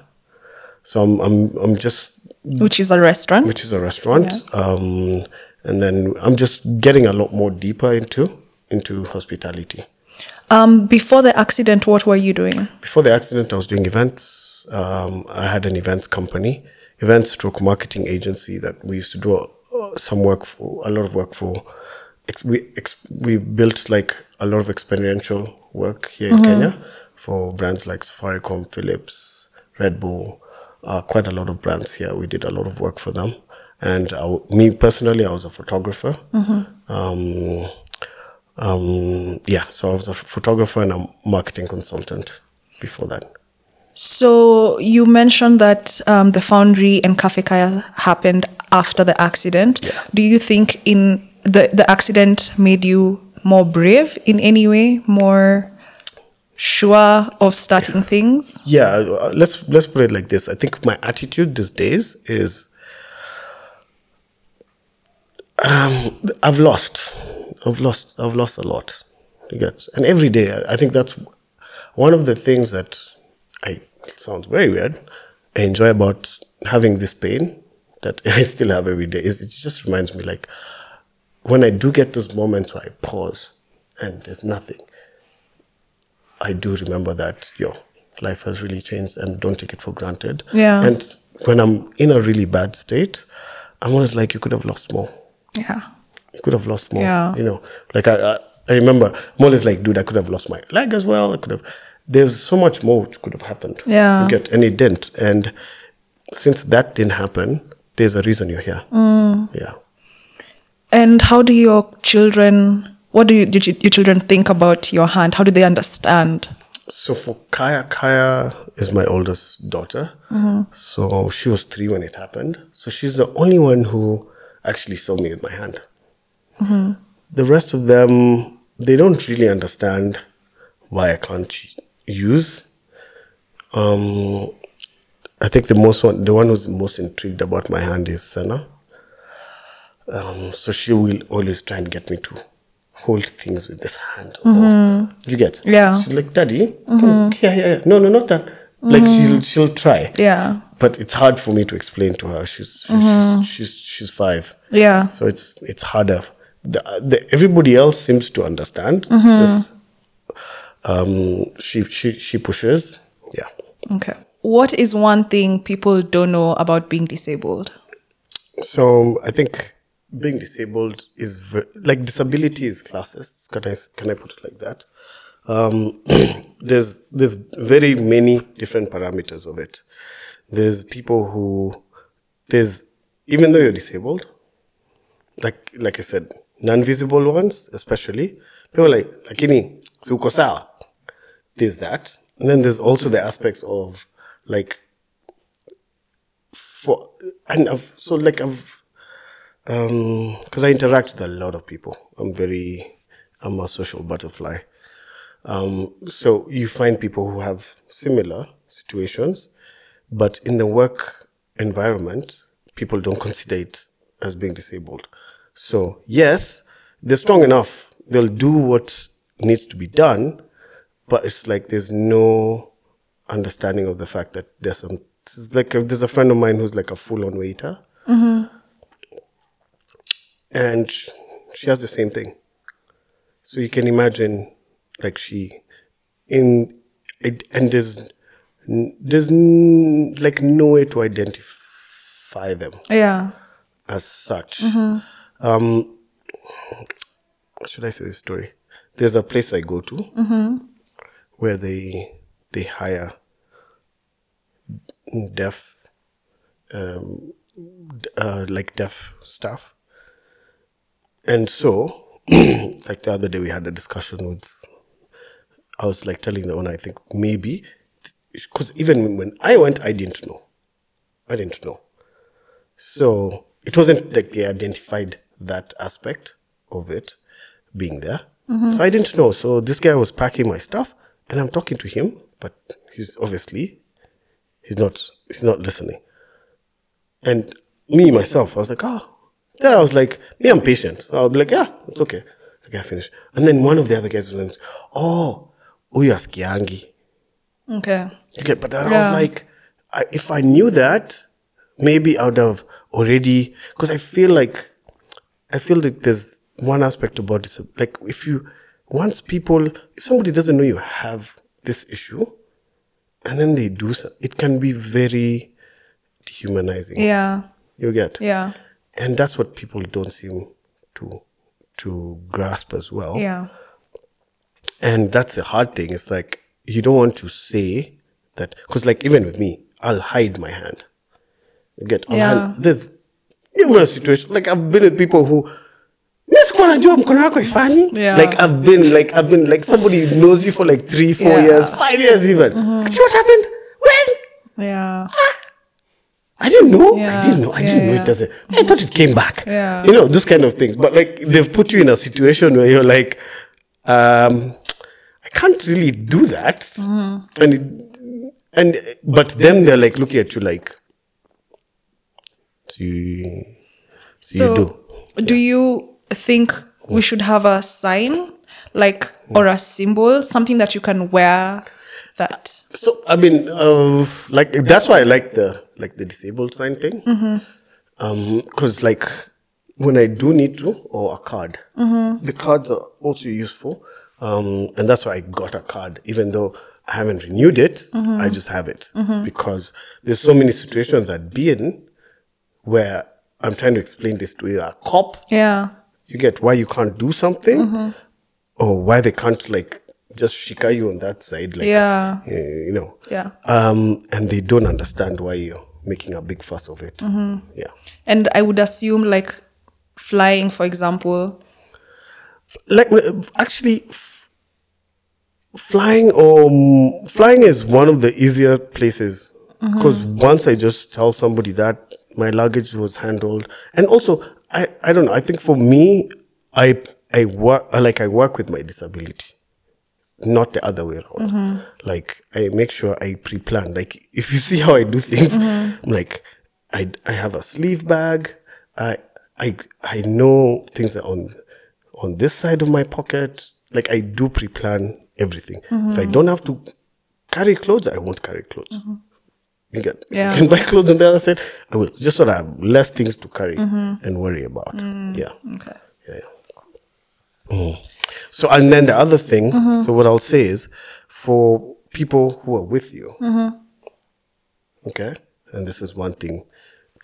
So I'm, I'm, I'm just
which is a restaurant
which is a restaurant. Um, and then I'm just getting a lot more deeper into into hospitality.
um before the accident what were you doing
Before the accident, I was doing events. Um, I had an events company, events stroke marketing agency that we used to do uh, some work for, a lot of work for. Ex- we ex- we built like a lot of experiential work here in Kenya for brands like Safaricom, Philips, Red Bull, uh, quite a lot of brands here. We did a lot of work for them, and I w me personally, I was a photographer. Um, um, yeah, so I was a photographer and a marketing consultant before that.
So you mentioned that um, the foundry and Cafe Kaya happened after the accident.
Yeah.
Do you think in the the accident made you more brave in any way, more sure of starting things?
yeah uh, let's let's put it like this i think my attitude these days is um, i've lost i've lost i've lost a lot you get and every day I- i think that's one of the things that i it sounds very weird i enjoy about having this pain that *laughs* i still have every day is it just reminds me like when i do get those moments where i pause and there's nothing I do remember that yo, life has really changed and don't take it for granted.
Yeah.
And when I'm in a really bad state, I'm always like, you could have lost more.
Yeah.
You could have lost more.
Yeah.
You know, like I, I, I remember I'm always like, dude, I could have lost my leg as well. I could have. There's so much more which could have happened.
Yeah.
You get, and it didn't. And since that didn't happen, there's a reason you're here.
Mm.
Yeah.
And how do your children? What do you, did you, your children think about your hand? How do they understand?
So for Kaya, Kaya is my oldest daughter. So she was three when it happened. So she's the only one who actually saw me with my hand. The rest of them, they don't really understand why I can't use. Um, I think the most one, the one who's most intrigued about my hand is Senna. Um, so she will always try and get me to hold things with this hand. or- you get?
Yeah.
She's like, Daddy, look, yeah, yeah, yeah. No, no, not that. Like she'll she'll try.
Mm-hmm. Yeah.
But it's hard for me to explain to her. She's she's she's, she's she's five.
Mm-hmm. Yeah.
So it's it's harder. The, the, everybody else seems to understand. It's
Mm-hmm.
just, um, she she she pushes. Yeah.
Okay. What is one thing people don't know about being disabled?
So I think being disabled is ver- like disability is classes. Can I s- can I put it like that? Um, *clears throat* there's there's very many different parameters of it. There's people who there's even though you're disabled, like like I said, non-visible ones especially. People are like lakini si uko sawa. There's that, and then there's also the aspects of like for and I've so like I've um because I interact with a lot of people. I'm very I'm a social butterfly. Um, so you find people who have similar situations, but in the work environment, people don't *laughs* consider it as being disabled. So yes, they're strong enough. They'll do what needs to be done, but it's like there's no understanding of the fact that there's some. it's like uh, there's a friend of mine who's like a full-on waiter and sh- she has the same thing. So you can imagine, like she, in it, and there's n- there's n- like no way to identify them
Yeah.
as such. Um, should I say this story? There's a place I go to where they they hire deaf, um, d- uh, like deaf staff, and so *clears throat* like the other day we had a discussion with. I was like telling the owner, I think maybe, because even when I went, I didn't know. I didn't know. So Oh, it wasn't like they identified that aspect of it being there. So I didn't know. So this guy was packing my stuff and I'm talking to him, but he's obviously he's not he's not listening. And me myself, I was like, oh. Then I was like, me, I'm patient. So I'll be like, yeah, it's okay. The guy finished. And then one of the other guys was like, oh, huyu askiangi.
Okay.
Okay, but then I
Yeah.
was like, I, if I knew that, maybe I would have already. Because I feel like, I feel that there's one aspect about this. Like, if you, once people, if somebody doesn't know you have this issue, and then they do so, it can be very dehumanizing.
Yeah.
You get?
Yeah.
And that's what people don't seem to to grasp as well.
Yeah.
And that's the hard thing. It's like you don't want to say that because, like, even with me, I'll hide my hand. You get I'll
Yeah.
hide- there's numerous situations. Like I've been with people who. "Miss, kwa najua mkono wako haifanyi."
Yeah.
Like I've been, like I've been, like somebody knows you for like three, four
Yeah. Mm-hmm.
years, five years even. Do you know what happened? When?
Yeah.
I didn't know.
Yeah,
I didn't know. I
yeah,
didn't know
yeah.
it doesn't. I thought it came back.
Yeah.
You know, those kind of things. But like they've put you in a situation where you're like, um, I can't really do that.
Mm-hmm.
And it, and but then they're like looking at you like so you, so you do.
do. you think we should have a sign, like, or a symbol, something that you can wear that?
So I mean, uh, like that's why I like the like the disabled sign thing. Um, because like when I do need to, or a card, the cards are also useful. Um, and that's why I got a card, even though I haven't renewed it. I just have it because there's so many situations I'd be in where I'm trying to explain this to either a cop
Yeah.
you get why you can't do something
Mm-hmm.
or why they can't like just shika you on that side like
Yeah.
eh, you know
Yeah.
um and they don't understand why you're making a big fuss of it
Mm-hmm.
yeah
And I would assume, like, flying, for example.
like uh, actually f- flying or um, flying is one of the easier places
Mm-hmm.
because once i just tell somebody that my luggage was handled and also i i don't know i think for me i i work like i work with my disability not the other way around like i make sure i pre-plan like if you see how i do things *laughs* like i i have a sleeve bag i i i know things are on on this side of my pocket. Like I do pre-plan everything. If I
Mm-hmm.
don't have to carry clothes, I won't carry clothes. You get
Yeah.
you can buy clothes on the other side. I will just so that I have less things to carry and worry about. Yeah.
Mm-hmm. Mm. Okay.
Yeah. yeah. So and then the other thing. So what I'll say is, for people who are with you, okay, and this is one thing.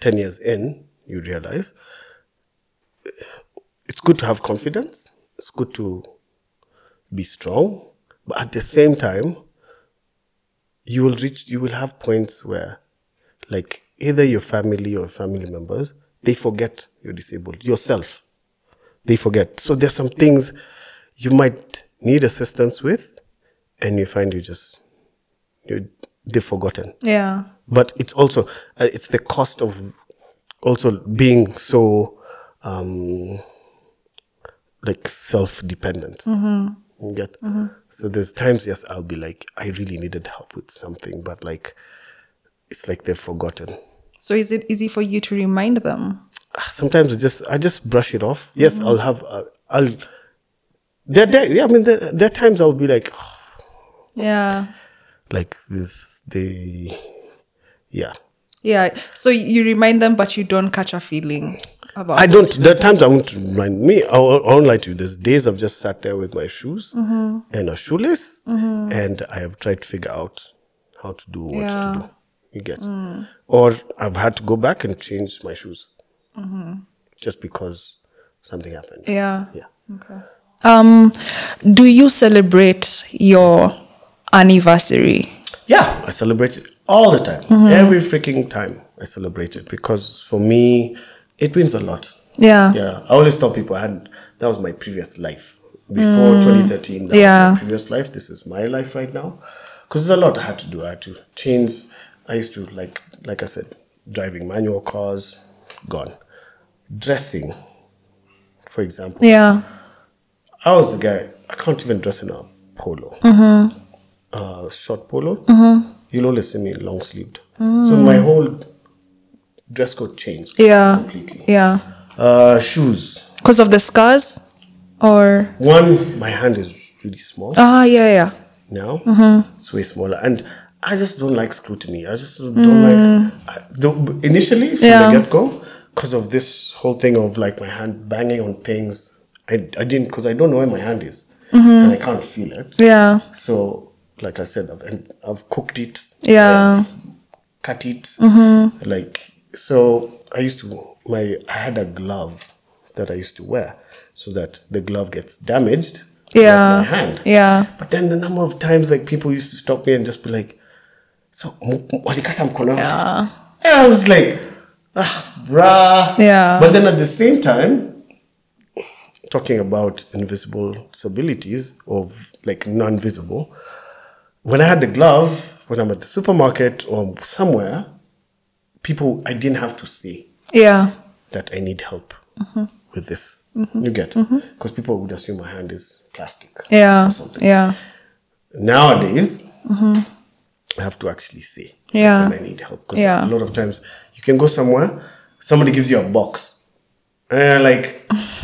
Ten years in, you realize it's good to have confidence. It's good to be strong, but at the same time, you will reach. You will have points where, like either your family or family members, they forget you're disabled yourself they forget. So there's some things you might need assistance with, and you find you just you they've forgotten.
Yeah.
But it's also uh, it's the cost of also being so um, like self-dependent. You get so there's times yes I'll be like I really needed help with something, but like it's like they've forgotten.
So is it easy for you to remind them?
Ah, sometimes I just I just brush it off. Yes, I'll have uh, I'll there there yeah I mean there, there are times I'll be like *sighs*
Yeah.
like this they yeah
Yeah. So you remind them, but you don't catch a feeling about
I don't there are times I won't remind me I won't, I won't lie to you. There's days I've just sat there with my shoes and a shoelace and I have tried to figure out how to do what to do. You get or I've had to go back and change my shoes just because something happened.
Yeah.
Yeah.
Um, do you celebrate your anniversary?
Yeah, I celebrate it all the time. Every freaking time I celebrate it because for me, it means a lot.
Yeah.
Yeah, I always tell people I had that was my previous life before 2013. That
Yeah.
was my previous life. This is my life right now because there's a lot I had to do. I had to change. I used to like, like I said, driving manual cars, gone. Dressing, for example,
Yeah.
I was a guy. I can't even dress in a polo.
Mm-hmm.
Uh, short polo. You'll always see me long sleeved. So my whole dress code changed.
Mm. Yeah.
Completely.
Yeah.
Uh, shoes.
Because of the scars, or
One, my hand is really small
ah, yeah, yeah.
now.
Mm-hmm.
It's way smaller, and I just don't like scrutiny. I just don't like. I, the, initially, from
Mm. Yeah.
the get go, because of this whole thing of like my hand banging on things, I, I didn't because I don't know where my hand is and I can't feel it.
Mm-hmm. Yeah.
So, like I said, I've, and I've cooked it.
Yeah. Mm-hmm.
I've cut it. Like, so I used to, my, I had a glove that I used to wear so that the glove gets damaged. not
Yeah.
My hand.
Yeah.
But then the number of times, like, people used to stop me and just be like, so, m- m- walikata mkono. Yeah. And I was like, ah, bruh.
Yeah.
But then at the same time, talking about invisible disabilities of like non-visible when i had the glove when i'm at the supermarket or somewhere people i didn't have to say
Yeah.
that i need help
Mm-hmm.
with this you get because people would assume my hand is plastic
Yeah.
or something
Yeah.
nowadays i have to actually say like,
Mm-hmm. Yeah.
when i need help because
Yeah.
a lot of times you can go somewhere somebody gives you a box and you're like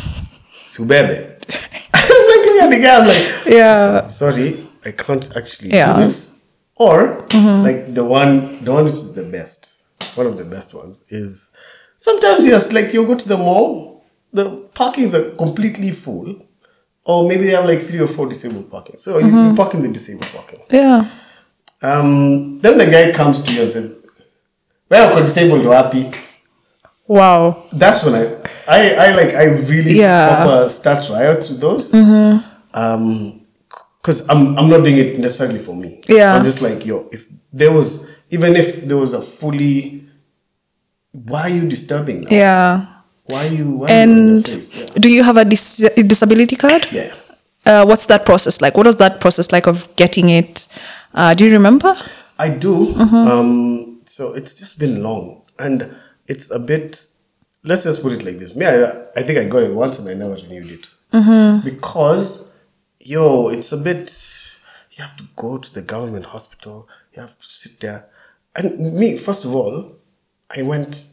*laughs* subebe *laughs* i'm like looking at the guy i'm like
Yeah.
sorry i can't actually
Yeah.
do this or like the one the one which is the best one of the best ones is sometimes yes like you'll go to the mall the parkings are completely full or maybe they have like three or four disabled parking so you, you park in the disabled parking
Yeah.
um, then the guy comes to you and says well uko disabled wapi
Wow.
that's when I, I, I like, I really
Yeah. Mm-hmm.
proper start riot to those. Um, cause I'm, I'm not doing it necessarily for me.
Yeah.
I'm just like, yo, if there was, even if there was a fully, why are you disturbing now?
Yeah.
Why are you, why are you in
And
their face? Yeah.
do you have a dis- disability card?
yeah.
Uh, what's that process like? What was that process like of getting it? Uh, do you remember?
I do. Um, so it's just been long and it's a bit, let's just put it like this. Me, I, I think I got it once and I never renewed it. Because, yo, it's a bit, you have to go to the government hospital, you have to sit there. And me, first of all, I went,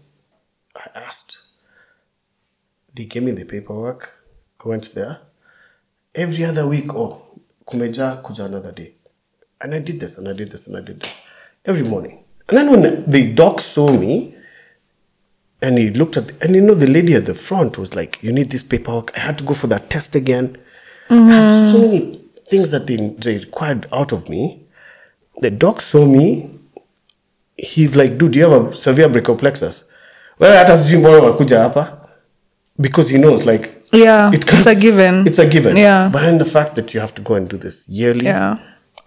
I asked, they gave me the paperwork, I went there. Every other week, oh, kumeja kuja another day. And I did this and I did this and I did this every morning. And then when the doc saw me and he looked at, and you know, the lady at the front was like, You need this paperwork. I had to go for that test again. I had so many things that they, they required out of me. The doc saw me. He's like, Dude, you have a severe brachioplexus. Well, hata sijui mbona unakuja hapa. Because he knows, like,
Yeah, it's
can't-
a given.
It's a given.
Yeah.
But then the fact that you have to go and do this yearly,
Yeah.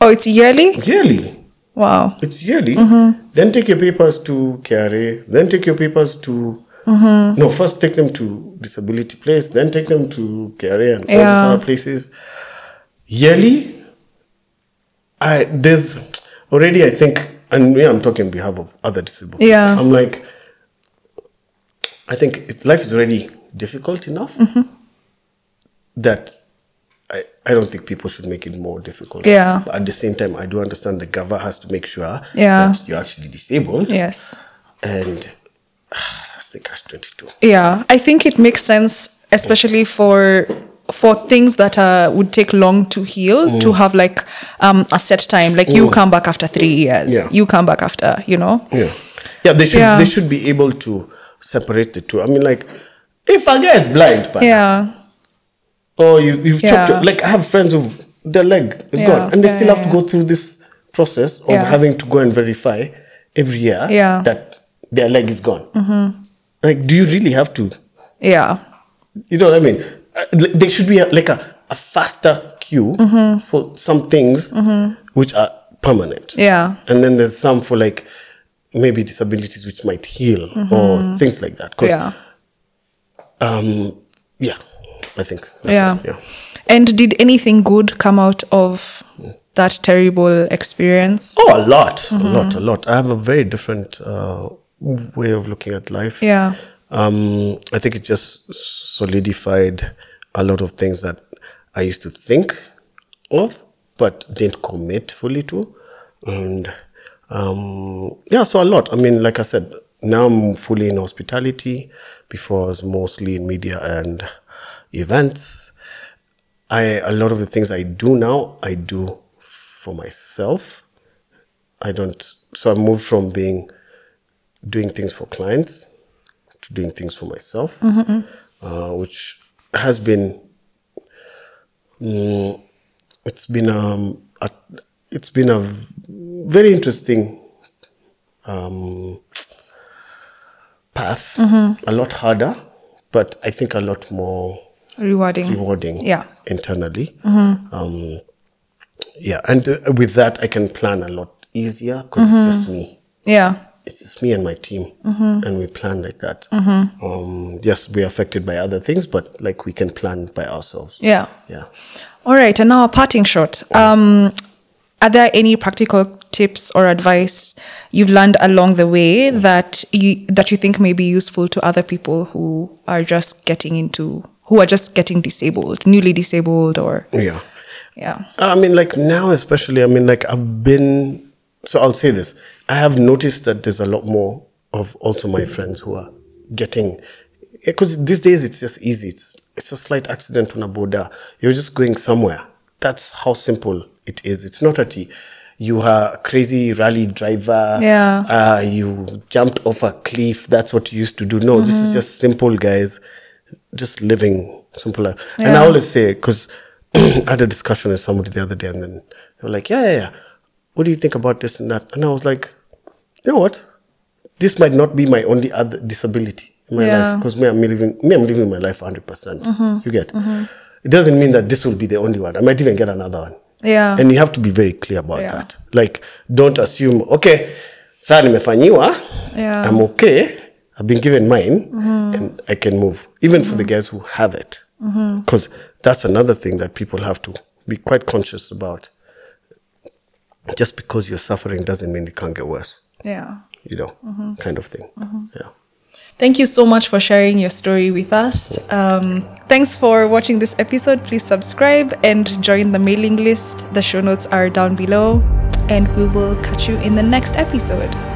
Oh, it's yearly?
yearly,
Wow.
it's yearly.
Mm-hmm.
Then take your papers to KRA. Then take your papers to
Mm-hmm.
no. First take them to disability place. Then take them to KRA and all
Yeah.
these other places. Yearly, I there's already I think, and yeah, I'm talking on behalf of other disabled. people.
Yeah.
I'm like,
Mm-hmm.
I think it, life is already difficult enough that I, I don't think people should make it more difficult.
Yeah.
But at the same time, I do understand the government has to make sure
Yeah.
that you're actually disabled.
Yes.
And ah, that's the cash 22.
Yeah, I think it makes sense, especially for for things that uh, would take long to heal,
Mm.
to have like um, a set time. Like you come back after three years,
Yeah.
you come back after, you know.
Yeah. Yeah, they should
Yeah.
they should be able to separate the two. I mean, like, if a guy is blind, but
Yeah,
or you, you've chopped
Yeah.
your, like I have friends who their leg is
Yeah,
gone and they
yeah,
still have to
yeah.
go through this process of
Yeah.
having to go and verify every year
Yeah. Mm-hmm.
that their leg is gone. Like, do you really have to?
yeah,
You know what I mean? Uh, li- There should be a, like a, a faster queue for some things which are permanent.
Yeah.
And then there's some for like maybe disabilities which might heal or things like that. 'Cause,
yeah,
Um, yeah. I think. that's
yeah.
all, yeah.
And did anything good come out of that terrible experience?
Oh, a lot, a lot, a lot. I have a very different uh, way of looking at life.
Yeah.
Um, I think it just solidified a lot of things that I used to think of, but didn't commit fully to. And um, yeah, so a lot. I mean, like I said, now I'm fully in hospitality. Before I was mostly in media and events. I a lot of the things I do now, I do for myself. I don't. So I moved from being doing things for clients to doing things for myself, uh, which has been. mm, it's been um, a, it's been a very interesting um, path. A lot harder, but I think a lot more
Rewarding.
rewarding
Mm. Yeah.
internally um, yeah and uh, with that i can plan a lot easier because it's just me
Yeah,
it's just me and my team
Mm-hmm.
and we plan like that um, yes we're affected by other things but like we can plan by ourselves
yeah.
yeah
All right, and now a parting shot. Um, are there any practical tips or advice you've learned along the way that you that you think may be useful to other people who are just getting into who are just getting disabled, newly disabled, or
yeah
yeah,
I mean, like now, especially, I mean, like I've been, so I'll say this I have noticed that there's a lot more of also my friends who are getting, because these days it's just easy. It's, it's a slight accident on a border. You're just going somewhere. That's how simple it is. It's not that you- you are a crazy rally driver.
Yeah.
Uh, you jumped off a cliff. That's what you used to do. No, this
Mm-hmm.
is just simple, guys. Just living simple life. And I
Yeah.
always say, because *clears throat* I had a discussion with somebody the other day, and then they were like, yeah, yeah, yeah. What do you think about this and that? And I was like, you know what? This might not be my only other disability in my
Yeah. Mm-hmm.
life because me, I'm living me, I'm living my life 100. percent You get. It doesn't mean that this will be the only one. I might even get another one.
Yeah.
And you have to be very clear about
Yeah.
that. Like, don't assume. Okay, saa nimefanyiwa.
Yeah.
I'm okay. I've been given mine, and I can move. Even for the guys who have it, because that's another thing that people have to be quite conscious about. Just because you're suffering doesn't mean it can't get worse
yeah.
you know, kind of thing. Yeah.
Thank you so much for sharing your story with us. Um, thanks for watching this episode. Please subscribe and join the mailing list. The show notes are down below, and we will catch you in the next episode.